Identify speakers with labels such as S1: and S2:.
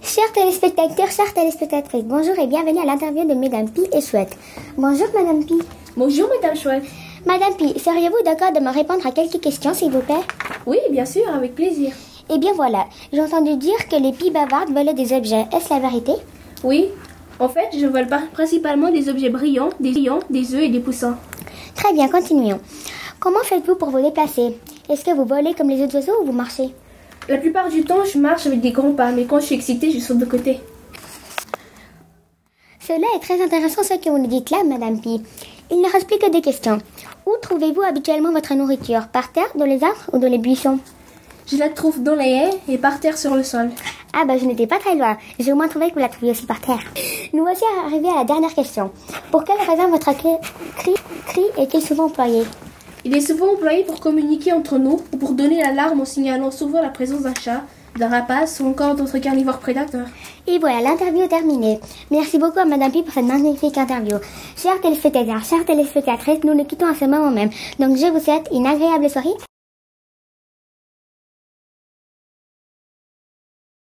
S1: Chers téléspectateurs, chères téléspectatrices, bonjour et bienvenue à l'interview de Madame Pi et Chouette. Bonjour Madame Pi.
S2: Bonjour Madame Chouette.
S1: Madame Pi, seriez-vous d'accord de me répondre à quelques questions s'il vous plaît
S2: Oui, bien sûr, avec plaisir.
S1: Eh bien voilà, j'ai entendu dire que les Pi bavardes volaient des objets. Est-ce la vérité
S2: Oui, en fait, je vole par- principalement des objets brillants, des brillants, des œufs et des poussins.
S1: Très bien, continuons. Comment faites-vous pour vous déplacer Est-ce que vous volez comme les autres oiseaux ou vous marchez
S2: La plupart du temps, je marche avec des grands pas, mais quand je suis excitée, je saute de côté.
S1: Cela est très intéressant ce que vous nous dites là, Madame Pi. Il ne reste plus que des questions. Où trouvez-vous habituellement votre nourriture Par terre, dans les arbres ou dans les buissons
S2: Je la trouve dans les haies et par terre sur le sol.
S1: Ah bah je n'étais pas très loin. J'ai au moins trouvé que vous la trouviez aussi par terre. Nous voici arrivés à la dernière question. Pour quelle raison votre cri, cri, cri est-il souvent employé
S2: Il est souvent employé pour communiquer entre nous ou pour donner l'alarme en signalant souvent la présence d'un chat, d'un rapace ou encore d'autres carnivores prédateurs.
S1: Et voilà, l'interview est terminée. Merci beaucoup à Madame Pi pour cette magnifique interview. Chers téléspectateurs, chères téléspectatrices, nous nous quittons à ce moment même. Donc je vous souhaite une agréable soirée